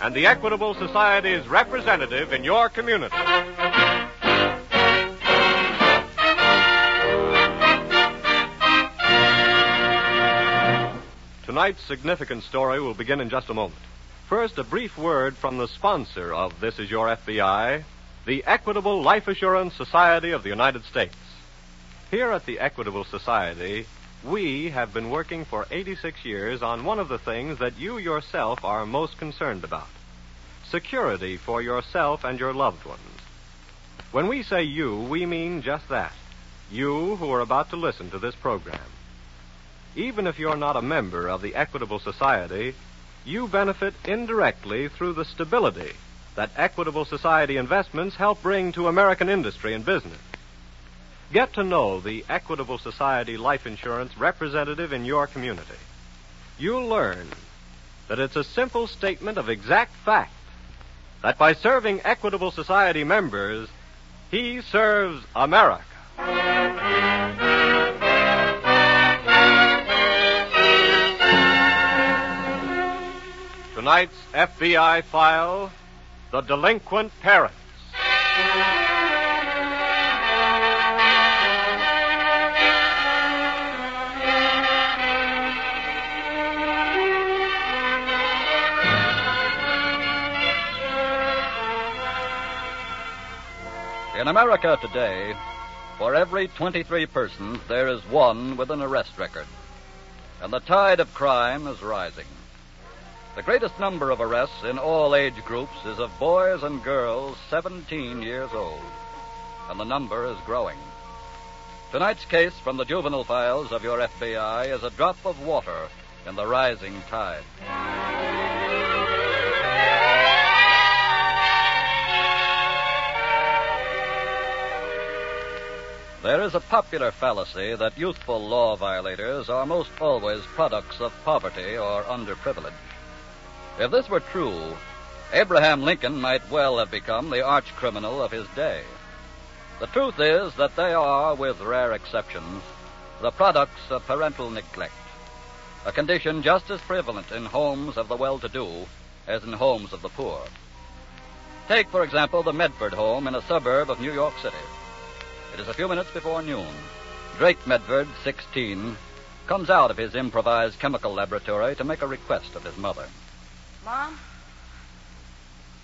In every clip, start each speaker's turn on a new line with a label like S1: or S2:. S1: and the Equitable Society's representative in your community. Tonight's significant story will begin in just a moment. First, a brief word from the sponsor of This Is Your FBI, the Equitable Life Assurance Society of the United States. Here at the Equitable Society, we have been working for 86 years on one of the things that you yourself are most concerned about security for yourself and your loved ones. When we say you, we mean just that you who are about to listen to this program. Even if you're not a member of the Equitable Society, you benefit indirectly through the stability that Equitable Society investments help bring to American industry and business. Get to know the Equitable Society life insurance representative in your community. You'll learn that it's a simple statement of exact fact that by serving Equitable Society members, he serves America. Tonight's FBI file The Delinquent Parents.
S2: In America today, for every 23 persons, there is one with an arrest record. And the tide of crime is rising. The greatest number of arrests in all age groups is of boys and girls 17 years old. And the number is growing. Tonight's case from the juvenile files of your FBI is a drop of water in the rising tide. There is a popular fallacy that youthful law violators are most always products of poverty or underprivilege. If this were true, Abraham Lincoln might well have become the arch criminal of his day. The truth is that they are, with rare exceptions, the products of parental neglect, a condition just as prevalent in homes of the well to do as in homes of the poor. Take, for example, the Medford home in a suburb of New York City. It is a few minutes before noon. Drake Medford, 16, comes out of his improvised chemical laboratory to make a request of his mother.
S3: Mom?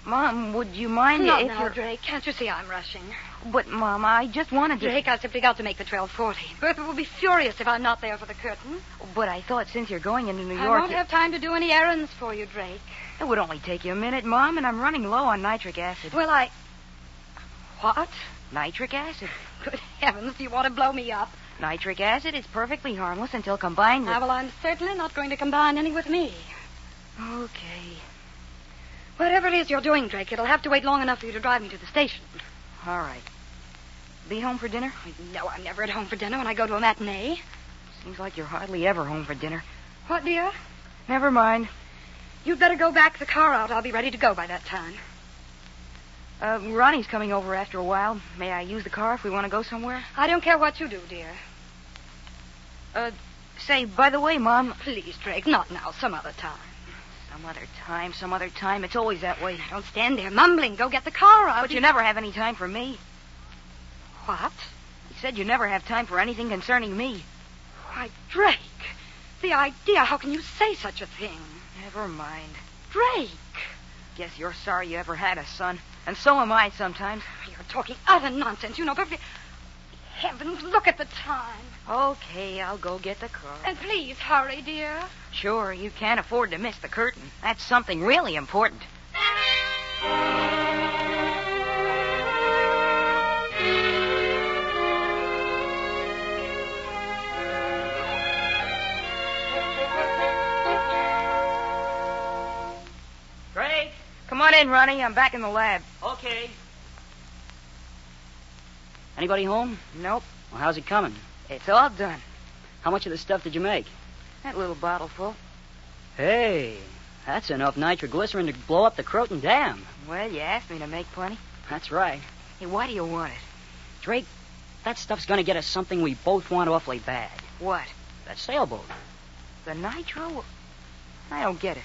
S3: Mom, would you mind
S4: Not
S3: if
S4: now,
S3: you're...
S4: Drake. Can't you see I'm rushing?
S3: But, Mom, I just wanted to...
S4: Drake, I've simply got to make the 1240. Bertha will be furious if I'm not there for the curtain.
S3: But I thought since you're going into New York...
S4: I won't
S3: it-
S4: have time to do any errands for you, Drake.
S3: It would only take you a minute, Mom, and I'm running low on nitric acid.
S4: Well, I... What?
S3: Nitric acid.
S4: Good heavens, do you want to blow me up?
S3: Nitric acid is perfectly harmless until combined with...
S4: Ah, well, I'm certainly not going to combine any with me.
S3: Okay.
S4: Whatever it is you're doing, Drake, it'll have to wait long enough for you to drive me to the station.
S3: All right. Be home for dinner?
S4: I know I'm never at home for dinner when I go to a matinee.
S3: Seems like you're hardly ever home for dinner.
S4: What, dear?
S3: Never mind.
S4: You'd better go back the car out. I'll be ready to go by that time.
S3: Uh, Ronnie's coming over after a while. May I use the car if we want to go somewhere?
S4: I don't care what you do, dear.
S3: Uh, say, by the way, Mom,
S4: Please, Drake, not now, some other time.
S3: some other time, some other time. It's always that way.
S4: Don't stand there mumbling. Go get the car out.
S3: But you never have any time for me.
S4: What?
S3: You said you never have time for anything concerning me.
S4: Why, Drake. The idea. How can you say such a thing?
S3: Never mind.
S4: Drake.
S3: Guess you're sorry you ever had a son. And so am I sometimes.
S4: You're talking utter nonsense. You know perfectly. Heavens, look at the time.
S3: Okay, I'll go get the car.
S4: And please hurry, dear.
S3: Sure, you can't afford to miss the curtain. That's something really important. Drake! Come on in, Ronnie. I'm back in the lab.
S5: Okay. Anybody home?
S3: Nope.
S5: Well, how's it coming?
S3: It's all done.
S5: How much of the stuff did you make?
S3: That little bottle full.
S5: Hey, that's enough nitroglycerin to blow up the Croton Dam.
S3: Well, you asked me to make plenty.
S5: That's right.
S3: Hey, why do you want it?
S5: Drake, that stuff's going to get us something we both want awfully bad.
S3: What?
S5: That sailboat.
S3: The nitro? I don't get it.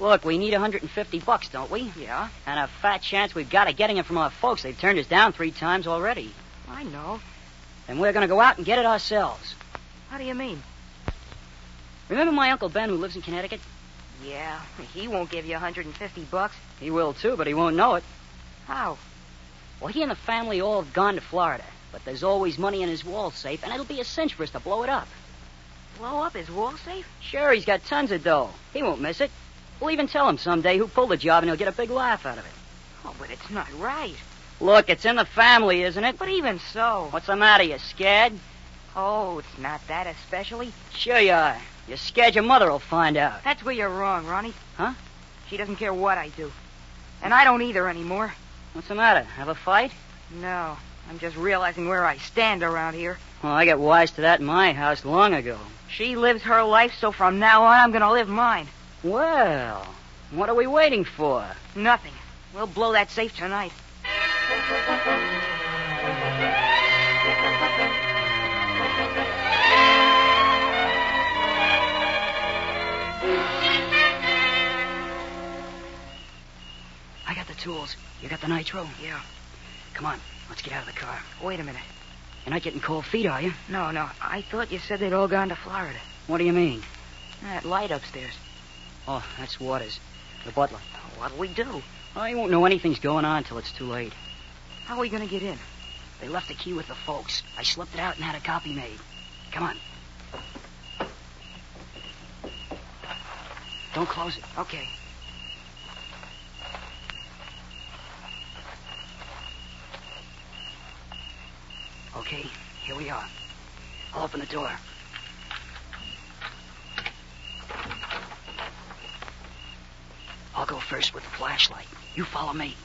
S5: Look, we need 150 bucks, don't we?
S3: Yeah,
S5: And a fat chance we've got of getting it from our folks. They've turned us down three times already.
S3: I know.
S5: And we're going to go out and get it ourselves.
S3: How do you mean?
S5: Remember my Uncle Ben who lives in Connecticut?
S3: Yeah, he won't give you 150 bucks.
S5: He will, too, but he won't know it.
S3: How?
S5: Well, he and the family all have gone to Florida, but there's always money in his wall safe, and it'll be a cinch for us to blow it up.
S3: Blow up his wall safe?
S5: Sure, he's got tons of dough. He won't miss it. We'll even tell him someday who pulled the job, and he'll get a big laugh out of it.
S3: Oh, but it's not right.
S5: Look, it's in the family, isn't it?
S3: But even so.
S5: What's the matter? You scared?
S3: Oh, it's not that especially.
S5: Sure you are. You're scared your mother will find out.
S3: That's where you're wrong, Ronnie.
S5: Huh?
S3: She doesn't care what I do. And I don't either anymore.
S5: What's the matter? Have a fight?
S3: No, I'm just realizing where I stand around here.
S5: Well, I got wise to that in my house long ago.
S3: She lives her life, so from now on I'm going to live mine.
S5: Well, what are we waiting for?
S3: Nothing. We'll blow that safe tonight.
S5: I got the tools. You got the nitro?
S3: Yeah.
S5: Come on, let's get out of the car.
S3: Wait a minute.
S5: You're not getting cold feet, are you?
S3: No, no. I thought you said they'd all gone to Florida.
S5: What do you mean?
S3: That light upstairs.
S5: Oh, that's Waters, the butler.
S3: What'll we do?
S5: Oh, he won't know anything's going on till it's too late.
S3: How are we going to get in?
S5: They left the key with the folks. I slipped it out and had a copy made. Come on. Don't close it.
S3: Okay.
S5: Okay, here we are. I'll open the door. I'll go first with the flashlight. You follow me.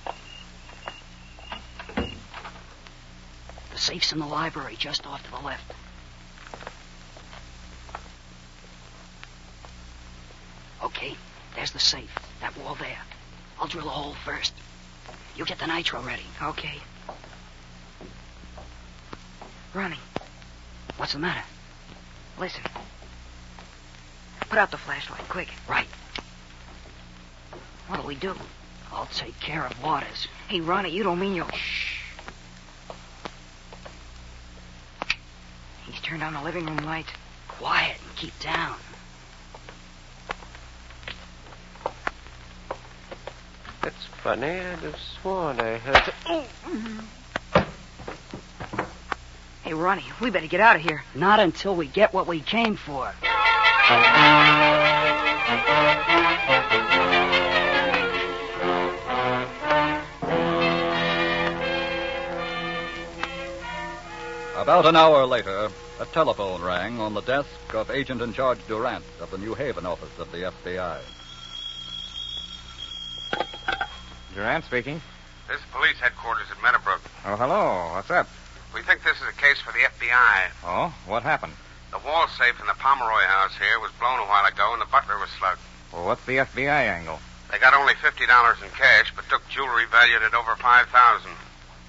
S5: The safe's in the library, just off to the left. Okay, there's the safe. That wall there. I'll drill a hole first. You get the nitro ready.
S3: Okay. Ronnie,
S5: What's the matter?
S3: listen. Put out the flashlight, quick.
S5: Right.
S3: What'll we do?
S5: I'll take care of Waters.
S3: Hey, Ronnie, you don't mean you'll.
S5: Shh.
S3: He's turned on the living room lights.
S5: Quiet and keep down.
S6: That's funny. I'd have sworn I heard.
S4: Mm-hmm.
S3: Hey, Ronnie, we better get out of here.
S5: Not until we get what we came for.
S2: About an hour later, a telephone rang on the desk of Agent in Charge Durant of the New Haven office of the FBI.
S7: Durant speaking.
S8: This is police headquarters at Meadowbrook.
S7: Oh, hello. What's up?
S8: We think this is a case for the FBI.
S7: Oh, what happened?
S8: The wall safe in the Pomeroy house here was blown a while ago, and the butler was slugged.
S7: Well, what's the FBI angle?
S8: They got only fifty dollars in cash, but took jewelry valued at over five thousand.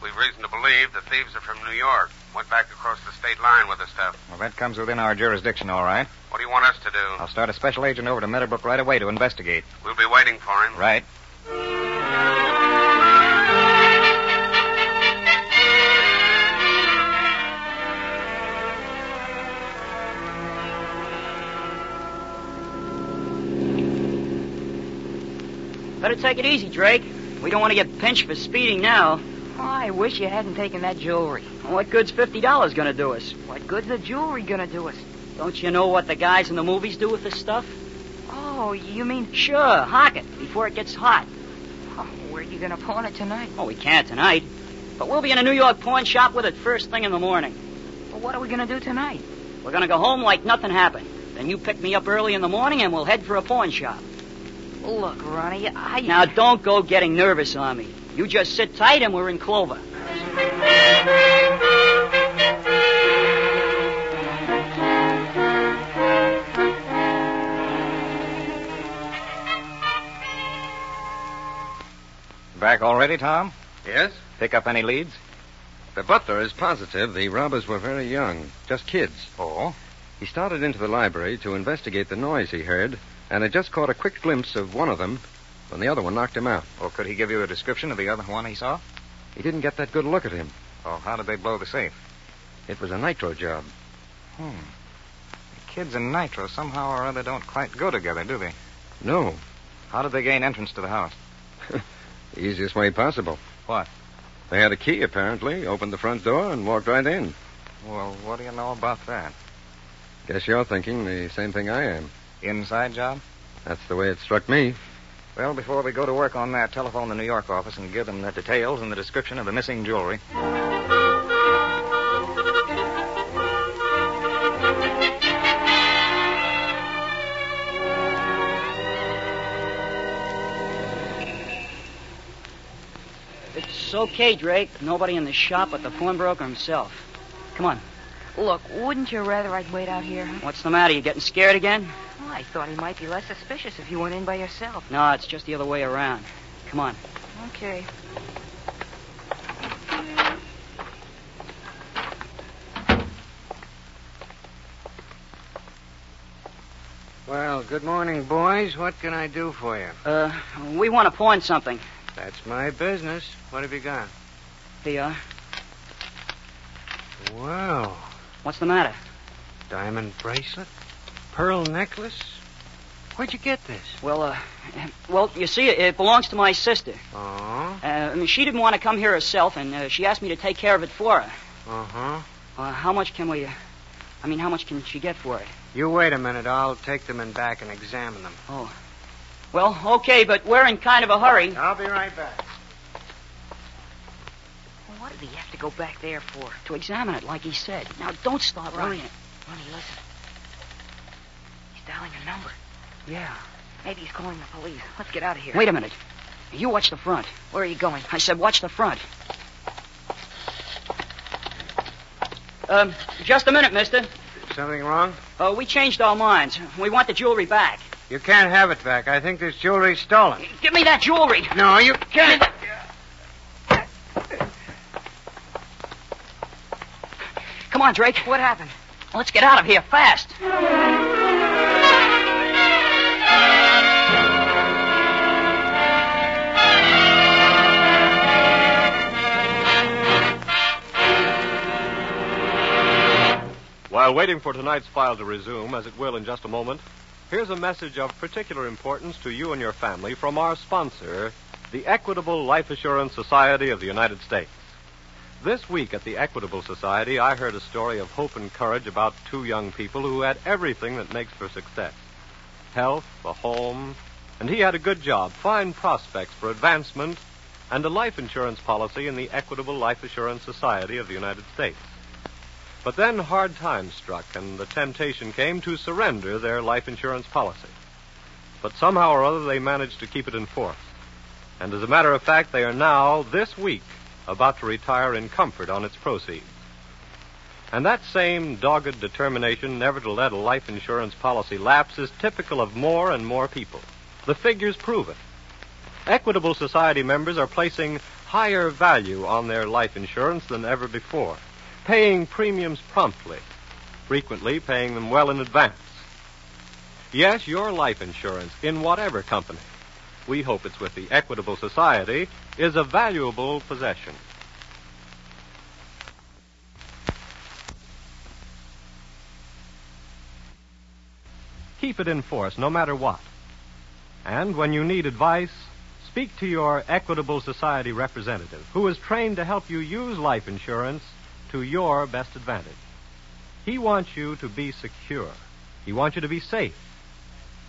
S8: We've reason to believe the thieves are from New York. Went back across the state line with the stuff.
S7: Well, that comes within our jurisdiction, all right.
S8: What do you want us to do?
S7: I'll start a special agent over to Meadowbrook right away to investigate.
S8: We'll be waiting for him.
S7: Right.
S5: Better take it easy, Drake. We don't want to get pinched for speeding now.
S3: Oh, I wish you hadn't taken that jewelry.
S5: What good's fifty dollars gonna do us?
S3: What good's the jewelry gonna do us?
S5: Don't you know what the guys in the movies do with this stuff?
S3: Oh, you mean.
S5: Sure, hock it before it gets hot.
S3: Oh, where are you gonna pawn it tonight?
S5: Oh, we can't tonight. But we'll be in a New York pawn shop with it first thing in the morning.
S3: Well, what are we gonna do tonight?
S5: We're gonna go home like nothing happened. Then you pick me up early in the morning and we'll head for a pawn shop.
S3: Look, Ronnie, I.
S5: Now don't go getting nervous on me. You just sit tight and we're in clover.
S7: Back already, Tom?
S9: Yes?
S7: Pick up any leads?
S9: The butler is positive Uh, the robbers were very young, just kids.
S7: Oh?
S9: He started into the library to investigate the noise he heard and had just caught a quick glimpse of one of them when the other one knocked him out.
S7: Or could he give you a description of the other one he saw?
S9: He didn't get that good look at him.
S7: Oh, how did they blow the safe?
S9: It was a nitro job.
S7: Hmm. The kids and Nitro somehow or other don't quite go together, do they?
S9: No.
S7: How did they gain entrance to the house?
S9: The easiest way possible.
S7: What?
S9: They had a key, apparently, opened the front door and walked right in.
S7: Well, what do you know about that?
S9: Guess you're thinking the same thing I am.
S7: Inside job?
S9: That's the way it struck me.
S7: Well, before we go to work on that, telephone the New York office and give them the details and the description of the missing jewelry.
S5: It's okay, Drake. Nobody in the shop but the pawnbroker himself. Come on.
S3: Look, wouldn't you rather I'd wait out here? Huh?
S5: What's the matter? You getting scared again?
S3: Well, I thought he might be less suspicious if you went in by yourself.
S5: No, it's just the other way around. Come on.
S3: Okay.
S6: Well, good morning, boys. What can I do for you?
S5: Uh, we want to pawn something.
S6: That's my business. What have you got?
S5: Here you are.
S6: Wow.
S5: What's the matter?
S6: Diamond bracelet? Pearl necklace? Where'd you get this?
S5: Well, uh, well, you see, it belongs to my sister.
S6: Oh,
S5: Uh, I mean, she didn't want to come here herself, and uh, she asked me to take care of it for her.
S6: uh huh.
S5: Uh, how much can we? Uh, I mean, how much can she get for it?
S6: You wait a minute. I'll take them in back and examine them.
S5: Oh. Well, okay, but we're in kind of a hurry.
S6: I'll be right back.
S3: Well, what did he have to go back there for?
S5: To examine it, like he said. Now, don't start
S3: Right.
S5: worrying.
S3: Ronnie, listen. He's dialing a number.
S5: Yeah.
S3: Maybe he's calling the police. Let's get out of here.
S5: Wait a minute. You watch the front.
S3: Where are you going?
S5: I said, watch the front. Um, just a minute, mister.
S6: Something wrong?
S5: Uh, we changed our minds. We want the jewelry back.
S6: You can't have it back. I think this jewelry's stolen.
S5: Give me that jewelry.
S6: No, you can't.
S5: Come on, Drake. What happened? Let's get out of here fast.
S1: While waiting for tonight's file to resume, as it will in just a moment, here's a message of particular importance to you and your family from our sponsor, the Equitable Life Assurance Society of the United States. This week at the Equitable Society, I heard a story of hope and courage about two young people who had everything that makes for success health, a home, and he had a good job, fine prospects for advancement, and a life insurance policy in the Equitable Life Assurance Society of the United States. But then hard times struck, and the temptation came to surrender their life insurance policy. But somehow or other, they managed to keep it in force. And as a matter of fact, they are now, this week, about to retire in comfort on its proceeds. And that same dogged determination never to let a life insurance policy lapse is typical of more and more people. The figures prove it. Equitable Society members are placing higher value on their life insurance than ever before paying premiums promptly, frequently paying them well in advance. Yes, your life insurance, in whatever company, we hope it's with the Equitable Society, is a valuable possession. Keep it in force no matter what. And when you need advice, speak to your Equitable Society representative, who is trained to help you use life insurance to your best advantage. He wants you to be secure. He wants you to be safe.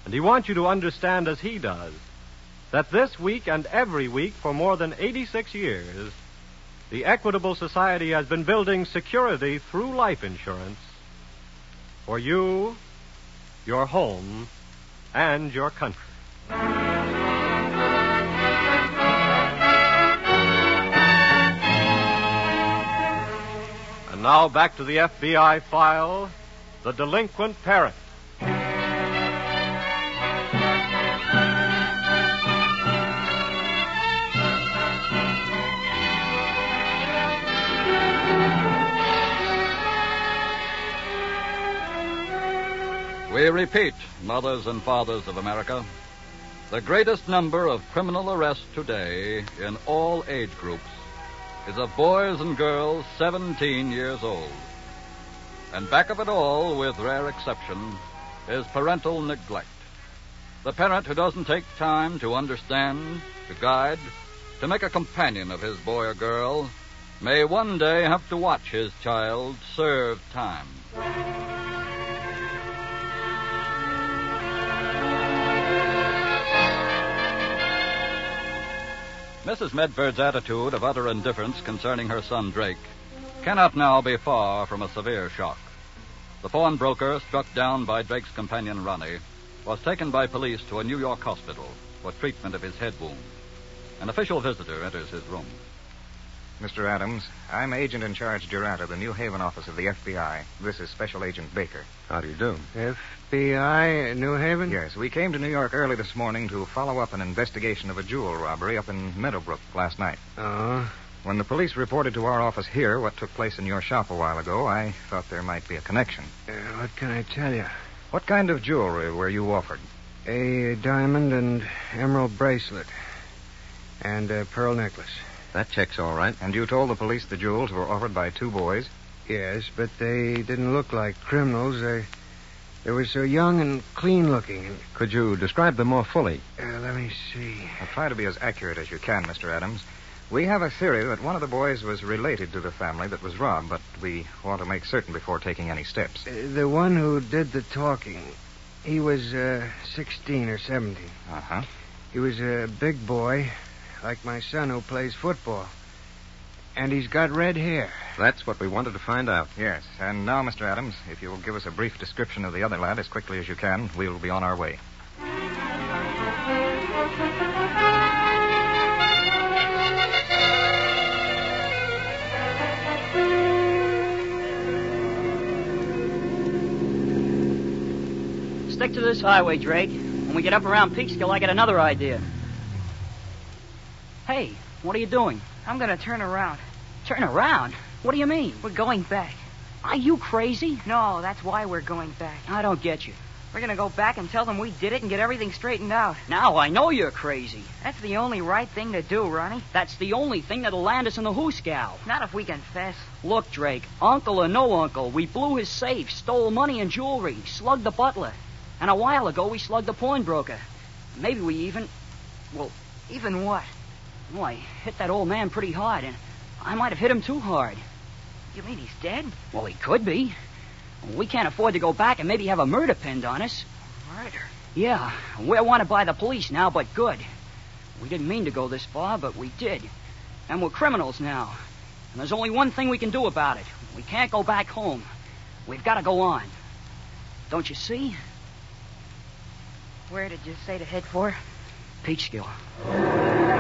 S1: And he wants you to understand, as he does, that this week and every week for more than 86 years, the Equitable Society has been building security through life insurance for you, your home, and your country. And now back to the FBI file The Delinquent Parent.
S2: We repeat, mothers and fathers of America, the greatest number of criminal arrests today in all age groups is of boys and girls 17 years old. And back of it all, with rare exception, is parental neglect. The parent who doesn't take time to understand, to guide, to make a companion of his boy or girl, may one day have to watch his child serve time. Mrs. Medford's attitude of utter indifference concerning her son Drake cannot now be far from a severe shock. The pawnbroker, struck down by Drake's companion Ronnie, was taken by police to a New York hospital for treatment of his head wound. An official visitor enters his room.
S7: Mr. Adams, I'm agent in charge Durant of the New Haven office of the FBI. This is Special Agent Baker.
S9: How do you do?
S6: FBI in New Haven?
S7: Yes, we came to New York early this morning to follow up an investigation of a jewel robbery up in Meadowbrook last night.
S9: Uh-huh.
S6: Oh.
S7: When the police reported to our office here what took place in your shop a while ago, I thought there might be a connection.
S6: Uh, what can I tell you?
S7: What kind of jewelry were you offered?
S6: A diamond and emerald bracelet. And a pearl necklace.
S9: That checks all right.
S7: And you told the police the jewels were offered by two boys?
S6: Yes, but they didn't look like criminals. They, they were so young and clean looking. And,
S9: Could you describe them more fully?
S6: uh, let me see.
S7: Now, try to be as accurate as you can, Mr. Adams. We have a theory that one of the boys was related to the family that was robbed, but we want to make certain before taking any steps.
S6: Uh, the one who did the talking, he was uh, 16 or 17.
S7: Uh huh.
S6: He was a big boy, like my son who plays football. And he's got red hair.
S9: That's what we wanted to find out.
S7: Yes. And now, Mr. Adams, if you'll give us a brief description of the other lad as quickly as you can, we'll be on our way.
S5: Stick to this highway, Drake. When we get up around Peekskill, I get another idea. Hey, what are you doing?
S3: I'm going to turn around.
S5: Turn around? What do you mean?
S3: We're going back.
S5: Are you crazy?
S3: No, that's why we're going back.
S5: I don't get you.
S3: We're going to go back and tell them we did it and get everything straightened out.
S5: Now I know you're crazy.
S3: That's the only right thing to do, Ronnie.
S5: That's the only thing that'll land us in the Hooskow.
S3: Not if we confess.
S5: Look, Drake, uncle or no uncle, we blew his safe, stole money and jewelry, slugged the butler. And a while ago, we slugged the pawnbroker. Maybe we even. Well,
S3: Even what?
S5: well, I hit that old man pretty hard, and I might have hit him too hard.
S3: You mean he's dead?
S5: Well, he could be. We can't afford to go back and maybe have a murder pinned on us.
S3: Murder.
S5: Yeah, we're wanted by the police now, but good. We didn't mean to go this far, but we did. And we're criminals now. And there's only one thing we can do about it. We can't go back home. We've got to go on. Don't you see?
S3: Where did you say to head for?
S5: Peekskill.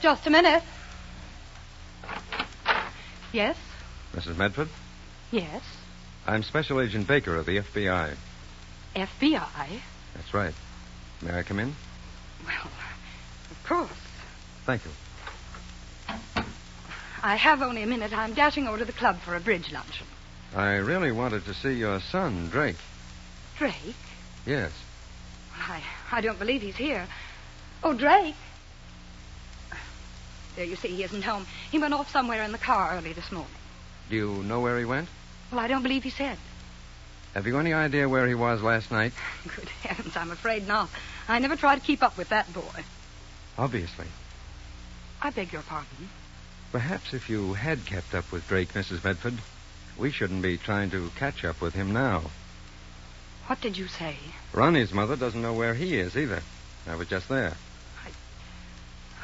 S4: Just a minute. Yes?
S9: Mrs. Medford,
S4: Yes?
S9: I'm Special Agent Baker of the FBI.
S4: FBI?
S9: That's right. May I come in?
S4: Well, of course.
S9: Thank you.
S4: I have only a minute. I'm dashing over to the club for a bridge luncheon.
S9: I really wanted to see your son, Drake.
S4: Drake?
S9: Yes.
S4: I, I don't believe he's here. Oh, Drake. There, you see, he isn't home. He went off somewhere in the car early this morning.
S9: Do you know where he went?
S4: Well, I don't believe he said.
S9: Have you any idea where he was last night?
S4: Good heavens, I'm afraid not. I never try to keep up with that boy.
S9: Obviously.
S4: I beg your pardon.
S9: Perhaps if you had kept up with Drake, Mrs. Medford, we shouldn't be trying to catch up with him now.
S4: What did you say?
S9: Ronnie's mother doesn't know where he is either. I was just there.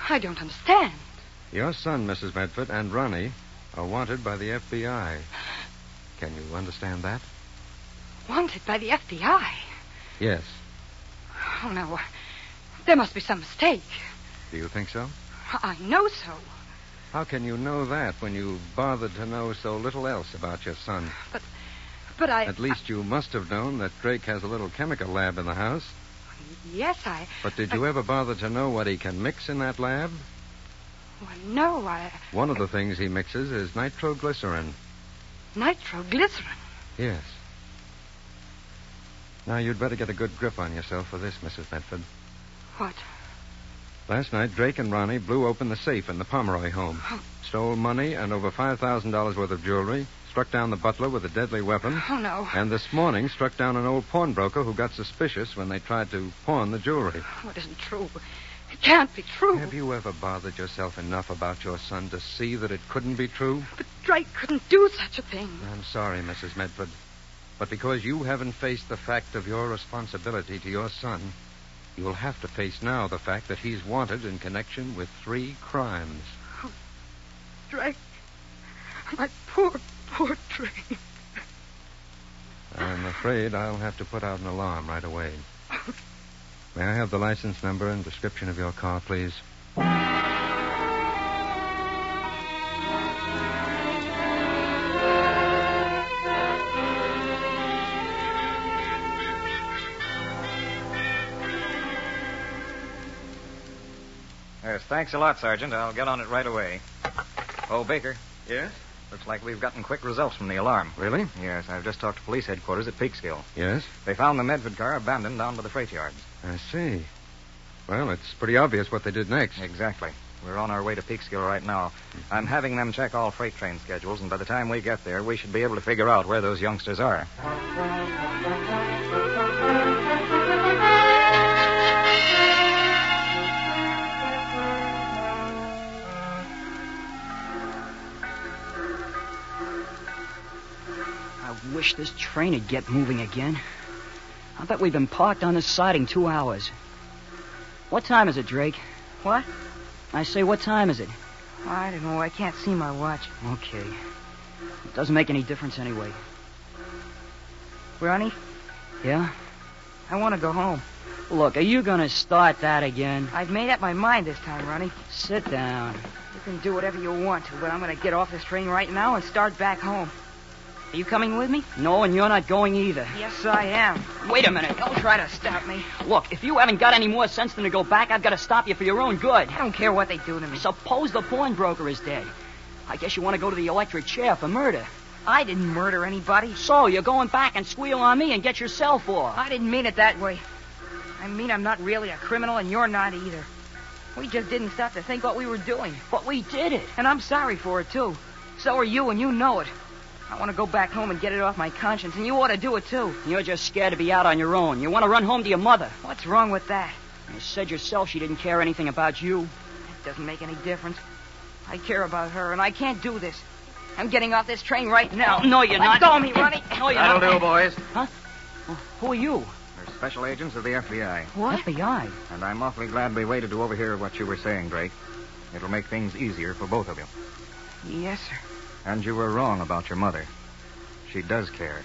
S4: I don't understand.
S9: Your son, Mrs. Medford, and Ronnie are wanted by the FBI. Can you understand that?
S4: Wanted by the FBI.
S9: Yes.
S4: Oh, no. There must be some mistake.
S9: Do you think so?
S4: I know so.
S9: How can you know that when you bothered to know so little else about your son?
S4: But I.
S9: At least you must have known that Drake has a little chemical lab in the house.
S4: Yes, I.
S9: But did you ever bother to know what he can mix in that lab?
S4: Well, no, I.
S9: One of the things he mixes is nitroglycerin.
S4: Nitroglycerin.
S9: Yes. Now, you'd better get a good grip on yourself for this, Mrs. Medford.
S4: What?
S9: Last night, Drake and Ronnie blew open the safe in the Pomeroy home, stole money and over $5,000 worth of jewelry, struck down the butler with a deadly weapon,
S4: Oh, no.
S9: and this morning struck down an old pawnbroker who got suspicious when they tried to pawn the jewelry.
S4: Oh, it isn't true. It can't be true.
S9: Have you ever bothered yourself enough about your son to see that it couldn't be true?
S4: But Drake couldn't do such a thing.
S9: I'm sorry, Mrs. Medford, but because you haven't faced the fact of your responsibility to your son, you'll have to face now the fact that he's wanted in connection with three crimes.
S4: Drake. My poor, poor Drake.
S9: I'm afraid I'll have to put out an alarm right away. May I have the license number and description of your car, please?
S7: Yes, thanks a lot, Sergeant. I'll get on it right away. Oh, Baker.
S9: Yes?
S7: Looks like we've gotten quick results from the alarm.
S9: Really?
S7: Yes, I've just talked to police headquarters at Peekskill.
S9: Yes?
S7: They found the Medford car abandoned down by the freight yards.
S9: I see. Well, it's pretty obvious what they did next.
S7: Exactly. We're on our way to Peekskill right now. I'm having them check all freight train schedules, and by the time we get there, we should be able to figure out where those youngsters are.
S5: I wish this train would get moving again. I bet we've been parked on this siding two hours. What time is it, Drake?
S3: What?
S5: I say, what time is it?
S3: I don't know. I can't see my watch.
S5: Okay. It doesn't make any difference anyway.
S3: Ronnie,
S5: Yeah?
S3: I want to go home.
S5: Look, are you gonna start that again?
S3: I've made up my mind this time, Ronnie.
S5: Sit down.
S3: You can do whatever you want to, but I'm going to get off this train right now and start back home. Are you coming with me?
S5: No, and you're not going either.
S3: Yes, I am.
S5: Wait a minute.
S3: Don't try to stop me.
S5: Look, if you haven't got any more sense than to go back, I've got to stop you for your own good.
S3: I don't care what they do to me.
S5: Suppose the pawnbroker is dead. I guess you want to go to the electric chair for murder.
S3: I didn't murder anybody.
S5: So you're going back and squeal on me and get yourself off.
S3: I didn't mean it that way. I mean, I'm not really a criminal, and you're not either. We just didn't stop to think what we were doing.
S5: But we did it.
S3: And I'm sorry for it, too. So are you, and you know it. I want to go back home and get it off my conscience, and you ought to do it, too.
S5: You're just scared to be out on your own. You want to run home to your mother.
S3: What's wrong with that?
S5: You said yourself she didn't care anything about you.
S3: It doesn't make any difference. I care about her, and I can't do this. I'm getting off this train right now.
S5: No, you're not.
S3: Let Go of me, Ronnie.
S5: No, you're
S7: That'll
S5: not.
S7: do, boys.
S5: Oh, Who are you?
S7: They're special agents of the FBI,
S5: What? FBI.
S7: and I'm awfully glad we waited to overhear what you were saying, Drake. It'll make things easier for both of you.
S3: Yes, sir.
S7: And you were wrong about your mother. She does care.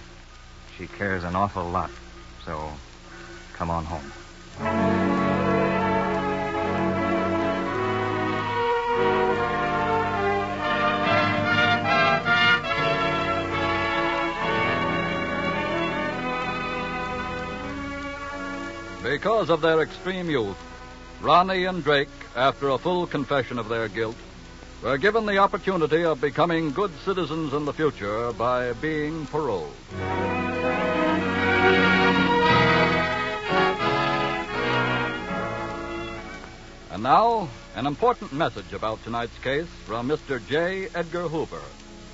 S7: She cares an awful lot. So, come on home.
S2: Because of their extreme youth, Ronnie and Drake, after a full confession of their guilt, were given the opportunity of becoming good citizens in the future by being paroled. And now, an important message about tonight's case from Mr. J. Edgar Hoover,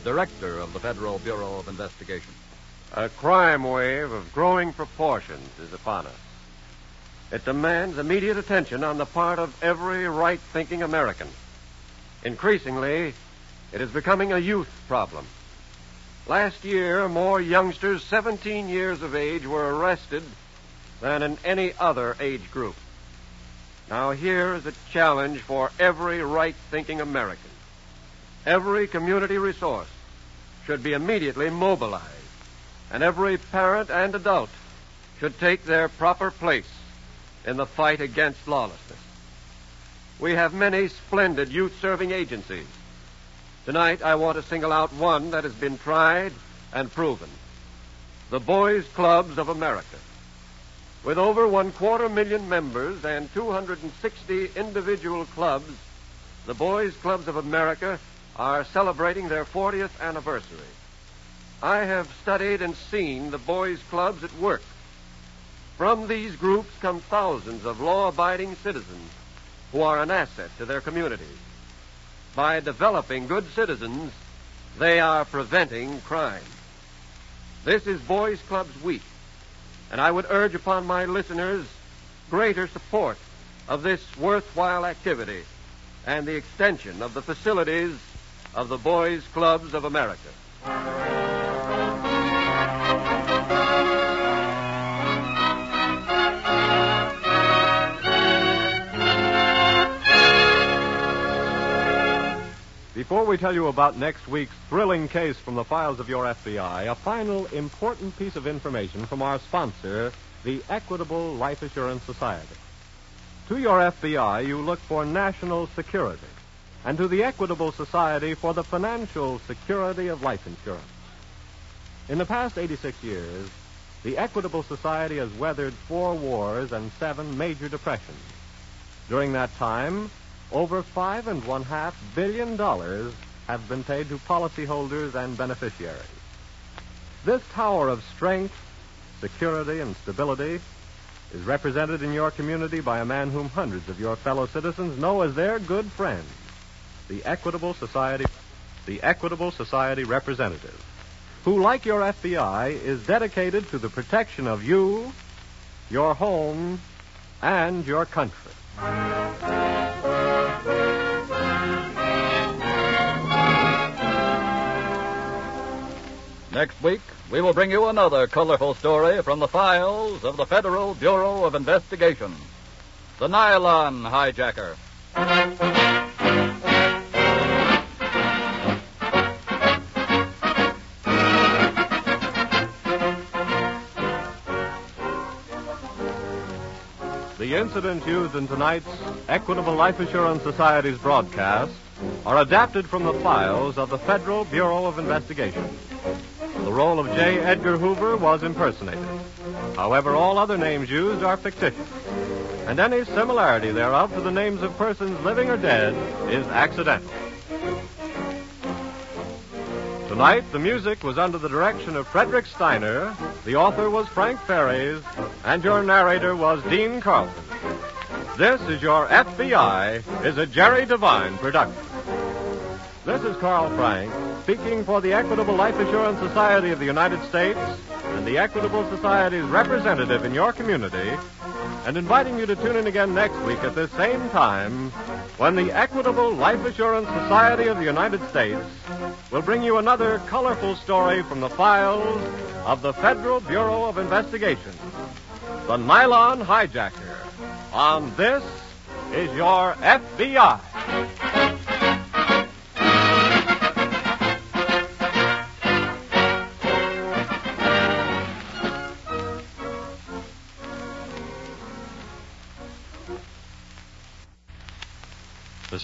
S2: Director of the Federal Bureau of Investigation.
S10: A crime wave of growing proportions is upon us. It demands immediate attention on the part of every right thinking American. Increasingly, it is becoming a youth problem. Last year, more youngsters 17 years of age were arrested than in any other age group. Now, here is a challenge for every right thinking American. Every community resource should be immediately mobilized and every parent and adult should take their proper place in the fight against lawlessness. We have many splendid youth serving agencies. Tonight, I want to single out one that has been tried and proven the Boys Clubs of America. With over one quarter million members and 260 individual clubs, the Boys Clubs of America are celebrating their 40th anniversary. I have studied and seen the Boys Clubs at work. From these groups come thousands of law abiding citizens who are an asset to their communities. By developing good citizens, they are preventing crime. This is Boys Clubs Week, and I would urge upon my listeners greater support of this worthwhile activity and the extension of the facilities of the Boys Clubs of America.
S1: Before we tell you about next week's thrilling case from the files of your FBI, a final important piece of information from our sponsor, the Equitable Life Assurance Society. To your FBI, you look for national security, and to the Equitable Society for the financial security of life insurance. In the past 86 years, the Equitable Society has weathered four wars and seven major depressions. During that time, over five and one half billion dollars have been paid to policyholders and beneficiaries. This tower of strength, security, and stability is represented in your community by a man whom hundreds of your fellow citizens know as their good friend, the Equitable Society, the Equitable Society representative, who, like your FBI, is dedicated to the protection of you, your home, and your country.
S2: Next week, we will bring you another colorful story from the files of the Federal Bureau of Investigation The Nylon Hijacker.
S1: The incidents used in tonight's Equitable Life Assurance Society's broadcast are adapted from the files of the Federal Bureau of Investigation. The role of J. Edgar Hoover was impersonated. However, all other names used are fictitious, and any similarity thereof to the names of persons living or dead is accidental. Tonight, the music was under the direction of Frederick Steiner, the author was Frank Ferries, and your narrator was Dean Carlton. This is your FBI, is a Jerry Devine production. This is Carl Frank speaking for the Equitable Life Assurance Society of the United States and the Equitable Society's representative in your community, and inviting you to tune in again next week at this same time when the Equitable Life Assurance Society of the United States will bring you another colorful story from the files of the Federal Bureau of Investigation The Nylon Hijacker. On This is Your FBI.
S11: This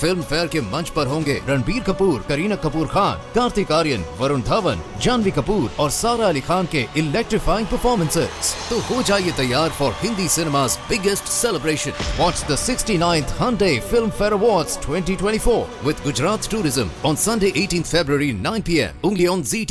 S12: film fair के मंच पर होंगे रणबीर कपूर करीना कपूर खान कार्तिक आर्यन वरुण धवन जानवी कपूर और सारा अली खान के electrifying performances तो हो जाइए तैयार for Hindi cinema's biggest celebration. Watch the 69th Hyundai Film Fair Awards 2024 with Gujarat Tourism on Sunday, 18th February, 9 p.m. only on ZT.